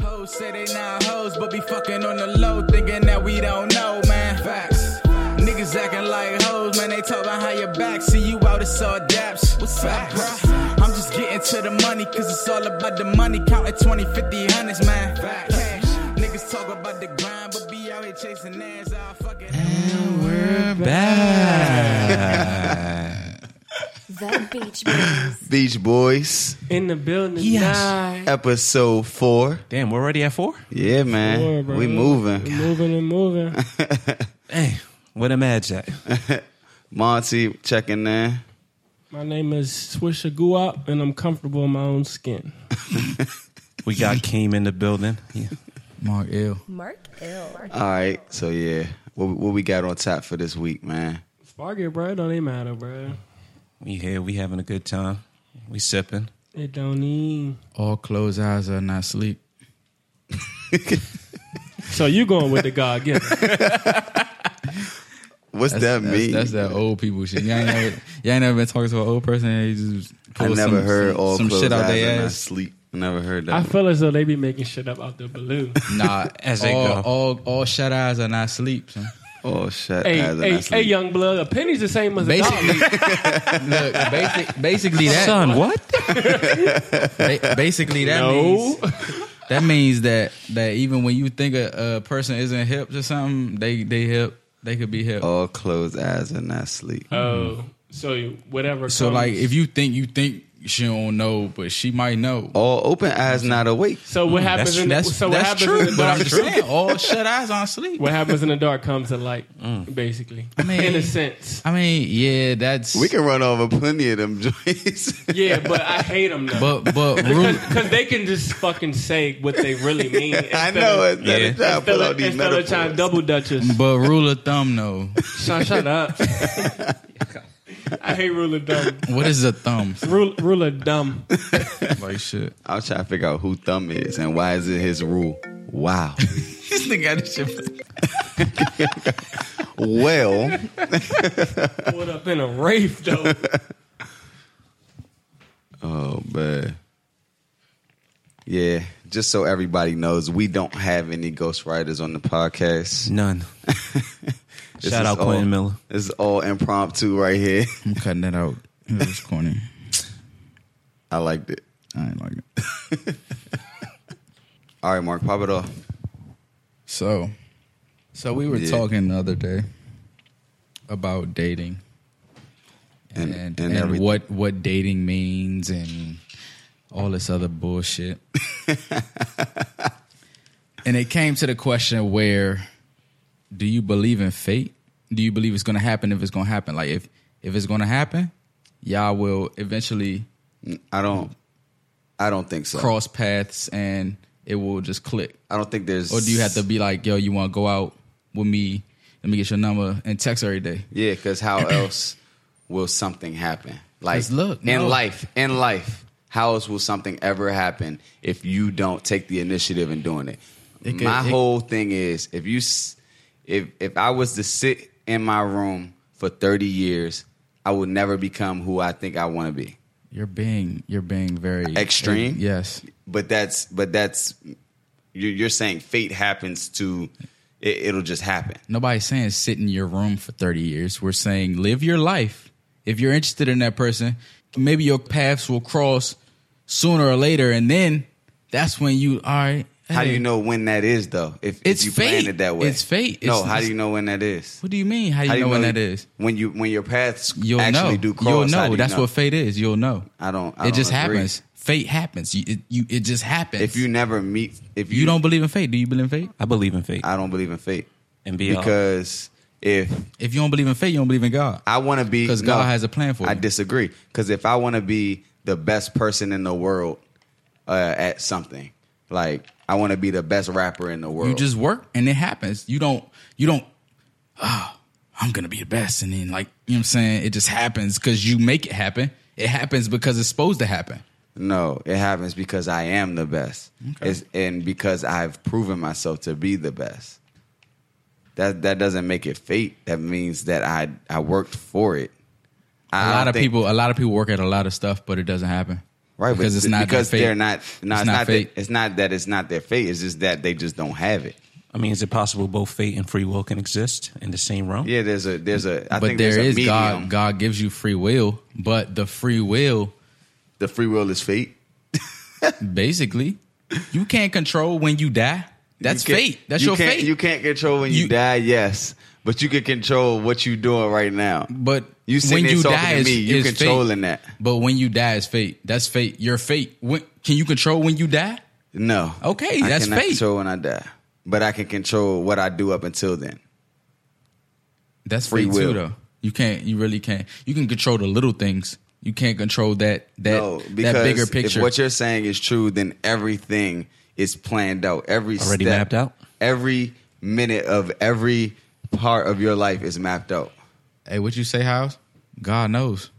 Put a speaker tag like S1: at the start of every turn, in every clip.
S1: hoes say they not hoes, but be fucking on the low, thinking that we don't know, man. Facts. Niggas acting like hoes, man. They talk behind your back, see you out, it's all daps. What's Facts. up, bruh? I'm just getting to the money, cause it's all about the money. Counting 20, 50, hundreds, man. Facts. Niggas talk about the grind, but be out here chasing ass. I fucking.
S2: The Beach Boys.
S3: Beach Boys,
S4: In the building
S5: Yes.
S4: tonight.
S3: episode four.
S5: Damn, we're already at four?
S3: Yeah,
S1: Eh,
S3: man,
S4: Four, bro.
S3: we
S4: We
S3: moving.
S4: Moving and moving.
S5: Hey, what a match at.
S3: Monty checking in.
S4: My name is Swisha Guap, and I'm comfortable in my own skin.
S5: We got Keem in the building. Yeah.
S1: Mark Ill.
S2: Mark Ill.
S3: All right, so yeah, what what we got on top for this week, man?
S4: Spark it, bro. It don't even matter, bro.
S5: We here, we having a good time. We sipping.
S4: It don't even.
S1: All closed eyes are not sleep.
S4: So you going with the God giver?
S3: What's that mean?
S1: That's, that's that old people shit. Y'all ain't, never, y'all ain't never been talking to an old person. And you just
S3: I
S1: pull
S3: never
S1: some,
S3: heard
S1: some,
S3: all
S1: some
S3: closed
S1: shit out
S3: eyes and
S1: their
S3: I
S1: ass.
S3: sleep. I never heard
S4: I
S3: that.
S4: feel as though they be making shit up out the blue.
S1: Nah,
S5: As they
S1: all,
S5: go.
S1: all all shut eyes are not sleep. son.
S3: oh shut
S4: hey,
S3: eyes and
S4: hey,
S3: I
S4: hey,
S3: sleep.
S4: young blood. A penny's the same as a dollar.
S1: Basically, look, basic, basically that.
S5: Son, what?
S1: Ba- basically that
S4: No.
S1: means that means that that even when you think a, a person isn't hip to something, they they hip. They could be hip.
S3: All closed eyes and I sleep.
S1: Uh,
S4: Oh, so whatever.
S1: Mm. so
S4: comes-
S1: like, if you think you think she don't know, but she might know.
S3: All open eyes not awake.
S4: so what happens
S5: that's-
S4: in the,
S1: mm, That's
S4: so what
S1: that's
S4: happens
S1: true.
S4: in the
S1: But I'm
S4: dark?
S1: just saying, all shut eyes on sleep.
S4: What happens in the dark comes to light,
S1: Mm.
S4: basically.
S1: mean-
S4: in a sense,
S1: I mean, yeah, that's
S3: We can run over plenty of them joints.
S4: yeah. But I hate them though.
S1: but but root,
S4: Because they can just fucking say what they really mean.
S3: I
S4: instead
S3: know
S4: of-
S3: it's not
S5: Yeah.
S3: a job. Pull
S4: Instead
S3: out
S4: of,
S3: these
S4: instead of trying
S3: metaphors.
S4: double dutches.
S1: but rule of thumb though.
S4: Shut, shut up. I hate ruler dumb.
S1: What is a thumb?
S4: Rule, ruler dumb.
S1: like shit.
S3: I'm trying to figure out who Thumb is and why is it his rule. Wow.
S1: This nigga got this shit.
S3: well,
S4: Pulled up in a rave though.
S3: oh man. Yeah, just so everybody knows, we don't have any ghostwriters on the podcast.
S1: Mm.
S5: None.
S3: This
S5: Shout
S3: is
S5: out Quentin
S3: all-
S5: Miller.
S3: This is all impromptu right here.
S1: I'm cutting that out. It was corny.
S3: I liked it.
S1: I ain't like it.
S3: All right, Mark, pop it off.
S1: So, so we were
S3: Yeah.
S1: talking the other day about dating
S3: And-
S1: and and,
S3: and everything.
S1: what what dating means and all this other bullshit. and it came to the question where do you believe in fate? Do you believe it's going to happen if it's going to happen? Like if if it's going to happen, y'all will eventually
S3: Mm, I don't. I don't think so.
S1: cross paths and it will just click.
S3: I don't think there's.
S1: Or do you have to be like, yo, you want to go out with me? Let me get your number and text every day.
S3: Yeah, because how else will something happen? Like,
S1: 'Cause look,
S3: in
S1: no.
S3: life, in life, how else will something ever happen if you don't take the initiative in doing it?
S1: It could-
S3: my
S1: it-
S3: whole thing is if you, s- if if I was to sit in my room for thirty years, I would never become who I think I want to be.
S1: You're being, you're being very
S3: Uh, Extreme?
S1: yes,
S3: But that's but that's you- you're saying fate happens to it, it'll just happen.
S1: nobody's saying sit in your room for thirty years. We're saying live your life. If you're interested in that person, maybe your paths will cross sooner or later, and then that's when you all right.
S3: How do
S1: hey,
S3: you know when that is though? If, if
S1: It's
S3: you
S1: fate.
S3: planned it that way,
S1: It's fate.
S3: No,
S1: It's-
S3: how do
S1: it's-
S3: you know when that is?
S1: What do you mean? How do you, know, when that is?
S3: When you when your paths
S1: You'll
S3: actually
S1: know.
S3: do cross.
S1: You'll
S3: how do
S1: know.
S3: you
S1: That's
S3: know?
S1: what fate is. You'll know.
S3: I don't. I
S1: it
S3: don't
S1: just
S3: agree.
S1: happens. Fate happens. You, it, you, it just happens.
S3: If you never meet, if you,
S1: you don't believe in fate, do you believe in fate?
S5: I believe in fate.
S3: I don't believe in fate
S5: and be because
S3: because if
S1: If you don't believe in fate, you don't believe in God.
S3: I want to be
S1: 'Cause God has a plan for
S3: I
S1: you.
S3: disagree because if I want to be the best person in the world uh, at something, like I want to be the best rapper in the world,
S1: You just work and it happens. You don't you don't "Ah, I'm gonna be the best and then like you know what I'm saying, it just happens because you make it happen. It happens because it's supposed to happen.
S3: No, it happens because I am the best, It's- and because I've proven myself to be the best. That that doesn't make it fate. That means that I I worked for it. I
S1: A
S3: don't
S1: lot of
S3: think-
S1: people a lot of people work at a lot of stuff, but it doesn't happen.
S3: Right, but
S1: Because it's not their
S3: because
S1: fate.
S3: they're not. No, it's,
S1: It's not
S3: not. that-
S1: fate.
S3: it's not that it's not their fate. It's just that they just don't have it.
S5: I mean, is it possible both fate and free will can exist in the same realm?
S3: Yeah, there's a there's a. I
S1: but
S3: think
S1: there
S3: there's
S1: is
S3: a
S1: God.
S3: medium.
S1: God gives you free will, but the free will
S3: The free will is fate.
S1: basically you can't control when you die. That's
S3: You can't-
S1: fate. That's
S3: you
S1: your
S3: can't,
S1: fate.
S3: You can't control when you,
S1: You-
S3: die. Yes, but you can control what you're doing right now.
S1: but
S3: You sitting
S1: when
S3: there
S1: you
S3: talking
S1: die
S3: to
S1: is,
S3: me, you
S1: is fate.
S3: controlling that.
S1: But when you die is fate. That's fate. Your fate. When, can you control when you die?
S3: No.
S1: Okay,
S3: I
S1: that's
S3: cannot
S1: fate.
S3: control when I die, but I can control what I do up until then.
S1: That's
S3: Free
S1: fate too,
S3: will.
S1: though. You can't. You really can't. You can control the little things. You can't control that that
S3: no, because
S1: that bigger picture.
S3: if what you're saying is true, then everything is planned out. Every
S5: Already
S3: step,
S5: mapped out?
S3: Every minute of every part of your life is mapped out.
S1: hey, what you say, House? God knows.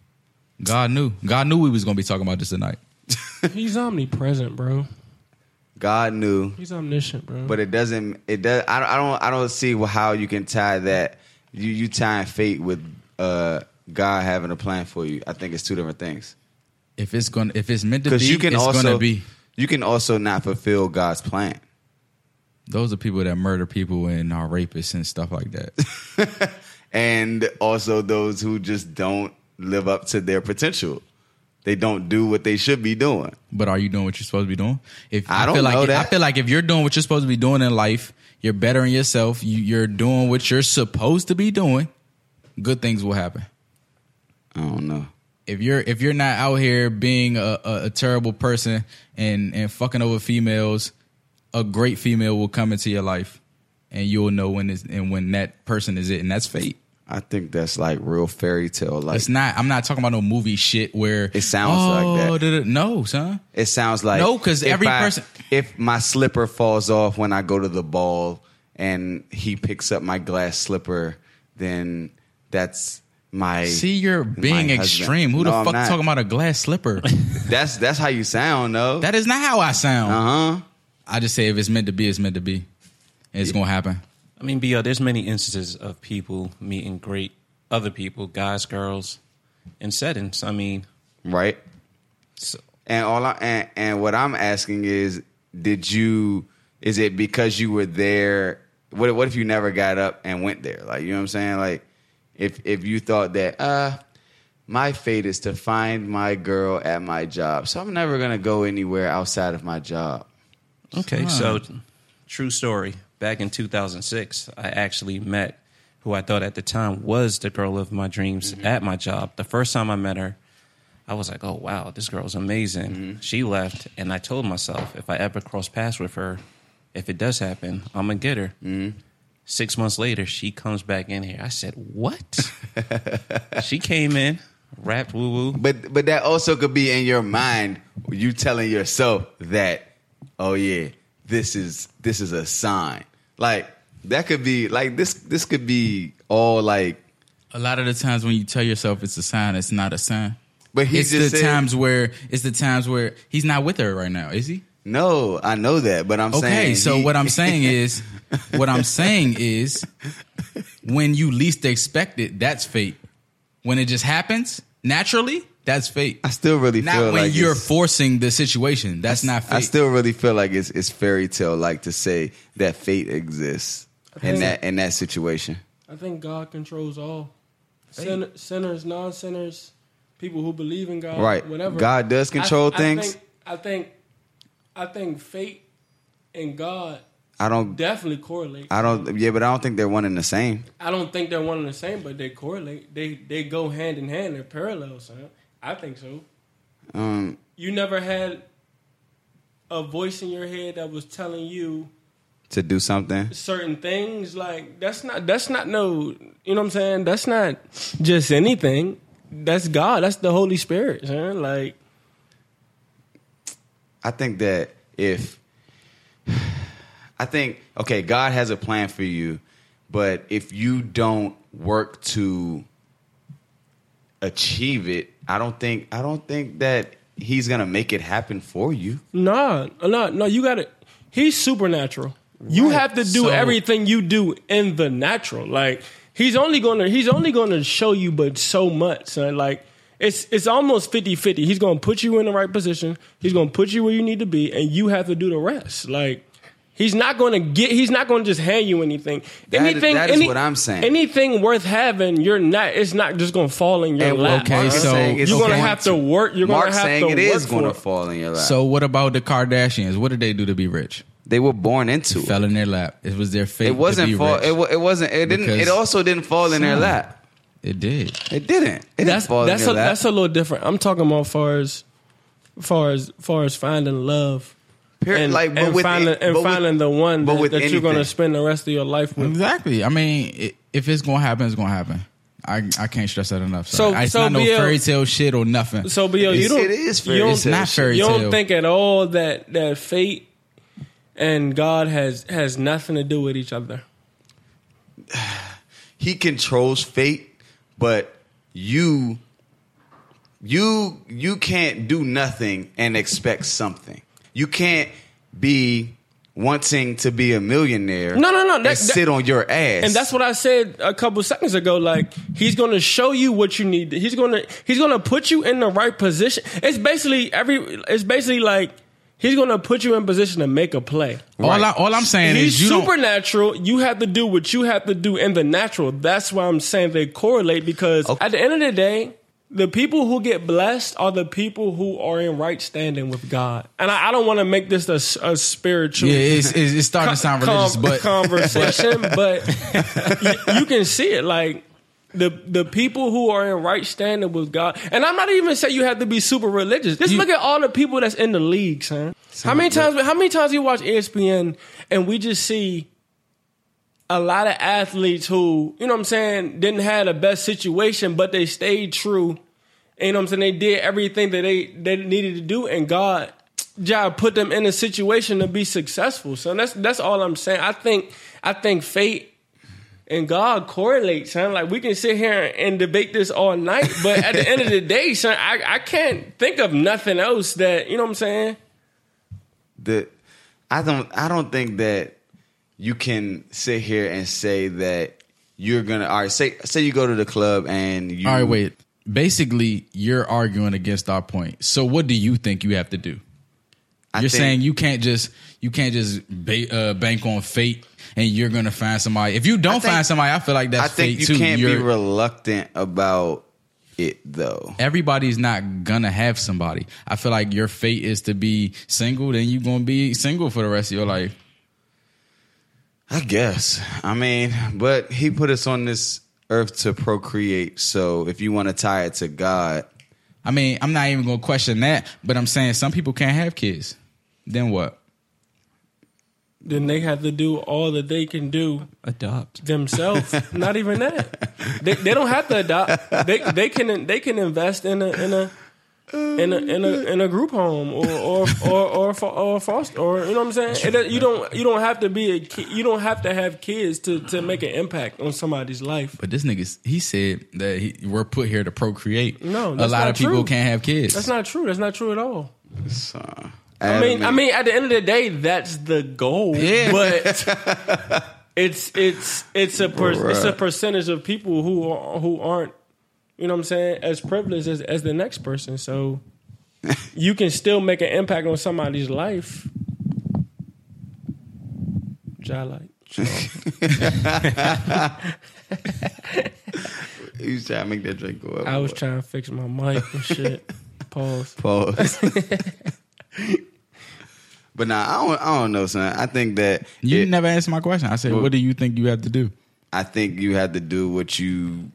S1: God knew. God knew we was gonna be talking about this tonight.
S4: He's omnipresent, bro.
S3: God knew,
S4: He's omniscient, bro.
S3: but it doesn't. It does. I don't. I don't, I don't see how you can tie that. You you tying fate with uh, God having a plan for you. I think it's two different things.
S1: If it's gonna, if it's meant to be,
S3: Because you can
S1: it's
S3: also
S1: gonna be.
S3: you can also not fulfill God's plan.
S1: Those are people that murder people and are rapists and stuff like that.
S3: and also those who just don't live up to their potential. They don't do what they should be doing.
S1: But are you doing what you're supposed to be doing? If
S3: I don't
S1: feel like
S3: know that.
S1: I feel like if you're doing what you're supposed to be doing in life, you're bettering yourself. You, you're doing what you're supposed to be doing. Good things will happen.
S3: I don't know.
S1: If you're if you're not out here being a, a, a terrible person and and fucking over females, a great female will come into your life, and you'll know when it's, and when that person is it, and that's fate.
S3: I think that's like real fairy tale. Like
S1: It's not. I'm not talking about no movie shit where oh,
S3: It sounds like that.
S1: da- da- no, son.
S3: it sounds like
S1: No, 'cause
S3: if
S1: every
S3: I-
S1: person-
S3: if my slipper falls off when I go to the ball and he picks up my glass slipper, then that's my
S1: See, you're being
S3: my husband.
S1: extreme. Who
S3: No,
S1: the
S3: I'm
S1: fuck
S3: not.
S1: talking about a glass slipper?
S3: that's that's how you sound though.
S1: that is not how I sound.
S3: uh huh.
S1: I just say if it's meant to be, it's meant to be. And It's gonna happen.
S5: I mean, BL, there's many instances of people meeting great other people, guys, girls, in settings. I mean,
S3: Right.
S5: so,
S3: And all I and, and what I'm asking is, did you? Is it because you were there? What What if you never got up and went there? Like you know what I'm saying? Like if if you thought that uh, my fate is to find my girl at my job, so I'm never gonna go anywhere outside of my job.
S5: okay, so true story. Back in 2006, I actually met who I thought at the time was the girl of my dreams at my job. The first time I met her, I was like, oh, wow, this girl's amazing. She left, and I told myself if I ever cross paths with her, if it does happen, I'm going to get her. Six months later, she comes back in here. I said, what? she came in, rapped woo woo.
S3: But but that also could be in your mind, you telling yourself that, oh yeah, this is this is a sign. Like that could be like this this could be all like
S1: A lot of the times when you tell yourself it's a sign, it's not a sign.
S3: But he
S1: it's
S3: just
S1: the
S3: said-
S1: times where it's the times where he's not with her right now, is he?
S3: No, I know that, but I'm saying.
S1: Okay, so
S3: he-
S1: what I'm saying is, what I'm saying is, when you least expect it, that's fate. When it just happens naturally, that's fate.
S3: I still really
S1: Not
S3: feel
S1: when
S3: like
S1: you're
S3: it's-
S1: forcing the situation. That's not fate.
S3: I still really feel like it's it's fairy tale like to say that fate exists in
S4: Okay.
S3: that in that situation.
S4: I think God controls all. Sin- sinners, non sinners, people who believe in God,
S3: Right.
S4: whatever.
S3: God does control things?
S4: I think, I think I think fate and God
S3: I don't
S4: definitely correlate.
S3: I don't yeah, but I don't think they're one and the same.
S4: I don't think they're one and the same, but they correlate. They they go hand in hand. They're parallel, son. I think so.
S3: Um
S4: You never had a voice in your head that was telling you
S3: to do something.
S4: certain things. Like that's not that's not no. You know what I'm saying? That's not just anything. That's God. That's the Holy Spirit, son. Like
S3: I think that if I think okay, God has a plan for you, but if you don't work to achieve it, I don't think I don't think that he's going to make it happen for you.
S4: nah, nah, no. You got to He's supernatural. You have to do
S1: So-
S4: everything you do in the natural. Like he's only gonna he's only gonna show you, but so much, son. Like it's it's almost 50-50. He's gonna put you in the right position. He's gonna put you where you need to be, and you have to do the rest. Like he's not gonna get. He's not gonna just hand you anything.
S3: That is- that is what I'm saying.
S4: Anything worth having, you're not. It's not just gonna fall in your
S3: And
S4: lap.
S3: okay,
S4: Mark.
S3: Mark's
S1: so-
S3: saying it's
S4: you're gonna
S3: going
S4: have to work. You're
S3: Mark's
S4: gonna have
S3: saying
S4: to
S3: it
S4: work
S3: is going to
S4: for
S3: fall in your lap.
S1: So what about the Kardashians? What did they do to be rich?
S3: they were born into it.
S1: Fell in their lap. It was their fate.
S3: It
S1: To
S3: wasn't
S1: be
S3: fall.
S1: rich.
S3: It, wa- it wasn't. It didn't.
S1: Because-
S3: It also didn't fall in their
S1: Son.
S3: lap.
S1: It did.
S3: It didn't. It didn't
S4: that's
S3: fall
S4: that's
S3: in their
S4: a,
S3: lap.
S4: that's a little different. I'm talking about far as far as far as finding love.
S3: Period.
S4: And,
S3: Like, but
S4: and
S3: with
S4: finding,
S3: it-
S4: and
S3: but with-
S4: finding the one
S3: but
S4: that,
S3: with
S4: that you're going to
S3: anything.
S4: spend the rest of your life with.
S1: Exactly. I mean, i if it's gonna happen, it's gonna happen. I I can't stress that enough. So,
S4: So-
S1: it's
S4: so
S1: not no
S4: BL
S1: fairy tale shit or nothing.
S4: So, but yo, you
S3: It's-
S4: don't.
S3: it is
S4: you
S3: fairy
S4: don't,
S3: tale
S1: Not
S3: shit.
S1: fairy
S4: you
S1: tale.
S4: don't think at all that that fate and God has has nothing to do with each other.
S3: he controls fate, but you you you can't do nothing and expect something. You can't be wanting to be a millionaire.
S4: No, no, no,
S3: and
S4: that- that-
S3: sit on your ass.
S4: And that's what I said a couple seconds ago. Like he's going to show you what you need. He's going to he's going to put you in the right position. It's basically every. It's basically like he's going to put you in position to make a play.
S1: all I, all I'm saying
S4: he's
S1: is you don't.
S4: supernatural. You have to do what you have to do in the natural. That's why I'm saying they correlate because
S3: Okay.
S4: at the end of the day, the people who get blessed are the people who are in right standing with God. And I, I don't want to make this a, s- a spiritual
S1: Yeah, it's, it's, it's starting to sound religious,
S4: com-
S1: but
S4: conversation, but y- you can see it like the the people who are in right standing with God. And I'm not even saying you have to be super religious. Just
S1: You-
S4: look at all the people that's in the league, son. How many times? How many times you watch E ESPN and we just see a lot of athletes who you know what I'm saying didn't have the best situation, but they stayed true. You know what I'm saying? They did everything that they they needed to do, and God job put them in a situation to be successful. So that's that's all I'm saying. I think I think fate and God correlate, son. Like we can sit here and debate this all night, but at the end of the day, son, I, I can't think of nothing else that you know what I'm saying.
S3: the I don't I don't think that you can sit here and say that you're gonna all right, say say you go to the club and you
S1: all right, wait. Basically, you're arguing against our point. So what do you think you have to do?
S3: I
S1: you're
S3: think-
S1: saying you can't just you can't just ba- uh, bank on fate and you're gonna find somebody. If you don't
S3: think-
S1: find somebody, I feel like that's
S3: I think
S1: fate
S3: you
S1: too.
S3: can't be
S1: You're-
S3: reluctant about it though.
S1: everybody's not gonna have somebody. I feel like your fate is to be single, then you're gonna be single for the rest of your life.
S3: I guess. I mean, but he put us on this earth to procreate. So if you want to tie it to God,
S1: I mean, I'm not even gonna question that, but I'm saying some people can't have kids. Then what?
S4: Then they have to do all that they can do
S5: Adopt.
S4: themselves. Not even that. They they don't have to adopt. They they can they can invest in a in a in a in a in a group home or or or or, fo- or foster or you know what I'm saying. It, don't- you don't you don't have to be a ki- you don't have to have kids to to make an impact on somebody's life.
S1: But this nigga, he said that he, we're put here to procreate.
S4: No,
S1: a
S4: that's
S1: lot
S4: not
S1: of people
S4: true.
S1: can't have kids.
S4: That's not true. That's not true at all.
S3: so
S4: I mean, I mean, at the end of the day, that's the goal.
S1: Yeah.
S4: But it's it's it's a per, it's a
S3: Right.
S4: percentage of people who are, who aren't you know what I'm saying as privileged as, as the next person. So you can still make an impact on somebody's life. Which I like.
S3: he was trying to make that drink go up.
S4: I was trying to fix my mic and shit. Pause.
S3: Pause. but nah, I don't. I don't know, son. I think that
S1: you
S3: it-
S1: never answered my question. I said, what do you think you have to do?
S3: I think you had to do what you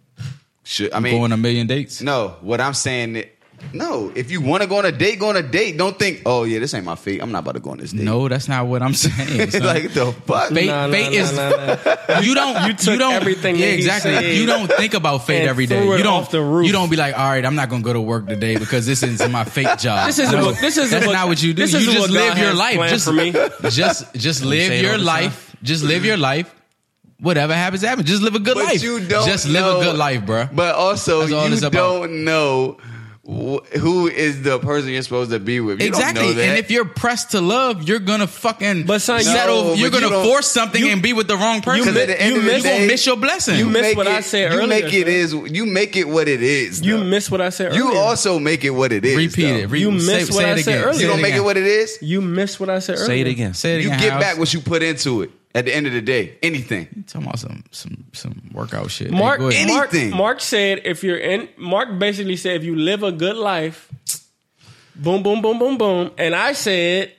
S3: should. I mean,
S1: Go on a million dates?
S3: No, what I'm saying that no, if you want to go on a date, go on a date. Don't think, oh yeah, this ain't my fate. I'm not about to go on this date.
S1: No, that's not what I'm saying. son.
S3: like the fuck.
S1: Fate, fate is you don't you,
S4: took
S1: don't
S4: everything
S1: yeah
S4: that he
S1: exactly
S4: said
S1: you don't think about fate
S4: and
S1: every day
S4: threw it
S1: you don't
S4: off the roof.
S1: you don't be like all right I'm not gonna go to work today because this isn't my fate job
S4: This isn't
S1: No,
S4: what- this isn't
S1: that's
S4: what-
S1: not what you do
S4: this
S1: you
S4: isn't
S1: just
S4: what
S1: live
S4: God
S1: your
S4: has
S1: life
S4: planned
S1: just
S4: for me.
S1: just just live
S5: say it
S1: your
S5: all the
S1: life just live your life whatever happens happens just live a good
S3: But
S1: life
S3: you don't
S1: just live
S3: know-
S1: a good life bruh
S3: But also,
S1: That's all
S3: you
S1: it's about.
S3: don't know wh- who is the person you're supposed to be with. You
S1: exactly.
S3: Don't know that.
S1: And if you're pressed to love, you're gonna fucking
S4: But son, you-
S1: settle.
S3: No, but
S1: you're
S3: you
S1: gonna
S3: don't-
S1: force something
S4: you-
S1: and be with the wrong person.
S3: Because at the end
S4: you
S3: of the
S4: miss-
S3: day,
S1: gonna miss your blessing.
S4: you missed
S3: make
S4: what I
S3: it-
S4: said
S3: you
S4: earlier,
S3: Make it
S4: son.
S3: is you make it what it is.
S4: You
S3: though.
S4: missed what I said
S3: You
S4: earlier.
S3: also make it what it is.
S1: Repeat
S3: though.
S1: it. Re-
S4: You
S1: say-
S4: missed what
S1: say it
S4: I said
S1: again.
S4: earlier.
S1: Say
S3: You don't make
S1: again.
S3: it what it is.
S4: you missed what I said earlier.
S5: Say it again.
S1: Say it
S3: You
S1: again.
S3: get
S1: House.
S3: back what you put into it. At the end of the day, anything.
S1: You talking about some some some workout shit. Hey,
S4: Mark,
S1: go ahead.
S4: Mark,
S3: Anything.
S4: Mark said if you're in, Mark basically said if you live a good life, boom, boom, boom, boom, boom. And I said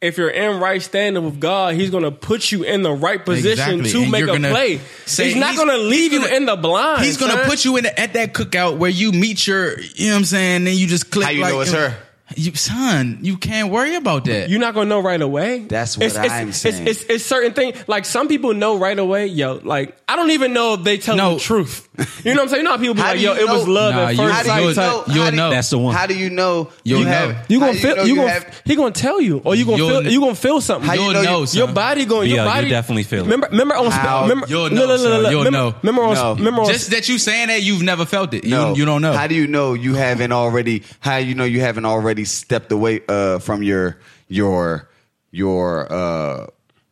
S4: if you're in right standing with God, He's going to put you in the right position
S1: Exactly.
S4: to
S1: And
S4: make
S1: you're
S4: a
S1: gonna
S4: play.
S1: say-
S4: he's not
S1: he's-
S4: going to leave
S1: he's
S4: you
S1: gonna-
S4: in the blind.
S1: He's gonna
S4: son.
S1: put you in the, at that cookout where you meet your, you know what I'm saying? Then you just click.
S3: How you
S1: like,
S3: know it's her?
S1: You, son, you can't worry about that.
S4: You're not gonna know right away.
S3: That's what I'm
S4: it's,
S3: saying.
S4: It's, it's, certain things. Like some people know right away. Yo, like I don't even know if they tell
S1: No.
S4: the truth. You know what I'm saying? You know how people be
S3: How
S4: like,
S3: do
S4: yo,
S3: you
S4: it was
S3: know-
S4: love
S1: Nah,
S4: at
S1: you-
S4: first
S3: How do
S4: sight.
S3: you
S1: You'll-
S3: know?
S1: you'll
S3: how do-
S1: know.
S5: That's the one.
S3: How do you know?
S1: You'll
S3: you
S1: know.
S3: Have,
S4: You
S3: how
S4: gonna
S3: do
S4: feel?
S3: know
S4: You, gonna
S3: have-
S4: he gonna tell you, or you gonna
S1: You'll-
S4: feel? You gonna feel something?
S3: How you
S1: You'll
S3: know you-
S1: know, son.
S4: your body going.
S5: Yeah,
S4: your
S5: you
S4: body
S5: definitely feel it.
S4: Remember, remember on.
S3: How?
S4: Remember,
S1: You'll
S4: no,
S1: know,
S4: no, no, no,
S1: son.
S4: no.
S1: You'll
S4: remember,
S1: know.
S4: Remember on.
S3: No.
S4: Remember on.
S1: Just that you saying that you've never felt it.
S3: No,
S1: You, you don't know.
S3: How do you know you haven't already? How you know you haven't already stepped away uh, from your your your uh,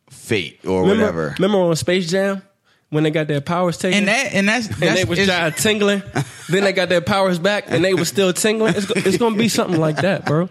S3: fate or
S4: remember,
S3: whatever?
S4: Remember on Space Jam when they got their powers taken.
S1: and that and that's, that's
S4: and they was
S1: it's-
S4: just tingling. then they got their powers back, and they was still tingling. It's, go- it's gonna be something like that, bro.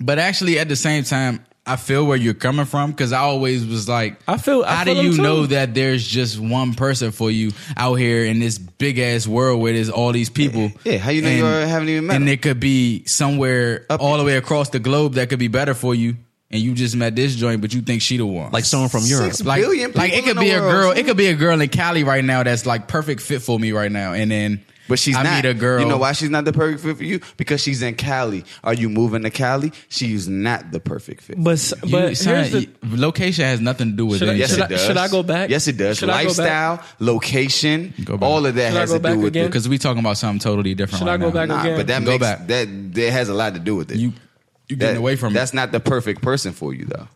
S1: But actually, at the same time, I feel where you're coming from because I always was like,
S4: I feel- I
S1: how
S4: feel
S1: do
S4: them
S1: you
S4: too.
S1: know that there's just one person for you out here in this big ass world where there's all these people?
S3: Yeah, how you know you already haven't even met
S1: And
S3: them?
S1: it could be somewhere
S3: Up-
S1: all the way across the globe that could be better for you, and you just met this joint, but you think she the one.
S5: Like someone from Europe.
S3: Six
S1: like,
S3: billion
S1: like it
S3: people in
S1: could be
S3: the
S1: a
S3: world,
S1: girl.
S3: son.
S1: It could be a girl in Cali right now that's like perfect fit for me right now, and then
S3: But she's
S1: I
S3: not.
S1: meet a girl.
S3: You know why she's not the perfect fit for you? Because she's in Cali. Are you moving to Cali? She's not the perfect fit.
S4: But s-
S1: You-
S4: but
S1: son,
S4: here's the,
S1: you- location has nothing to do with
S4: Should I-
S1: it.
S3: yes,
S4: should
S3: it
S4: I-
S3: does.
S4: should I go back?
S3: Yes, it does.
S4: Should I go back?
S3: Lifestyle, location,
S1: Go back.
S3: all of that
S4: Should I
S3: has
S4: go
S3: to
S4: back
S3: do with
S4: again?
S3: it.
S1: because we talking about something totally different.
S4: Should
S1: right
S4: I go
S1: now.
S4: back?
S3: Nah,
S4: again.
S3: but that
S1: Go
S3: makes
S1: back.
S3: that that has a lot to do with it.
S1: You you getting
S3: That-
S1: away from
S3: That's
S1: it.
S3: not the perfect person for you though.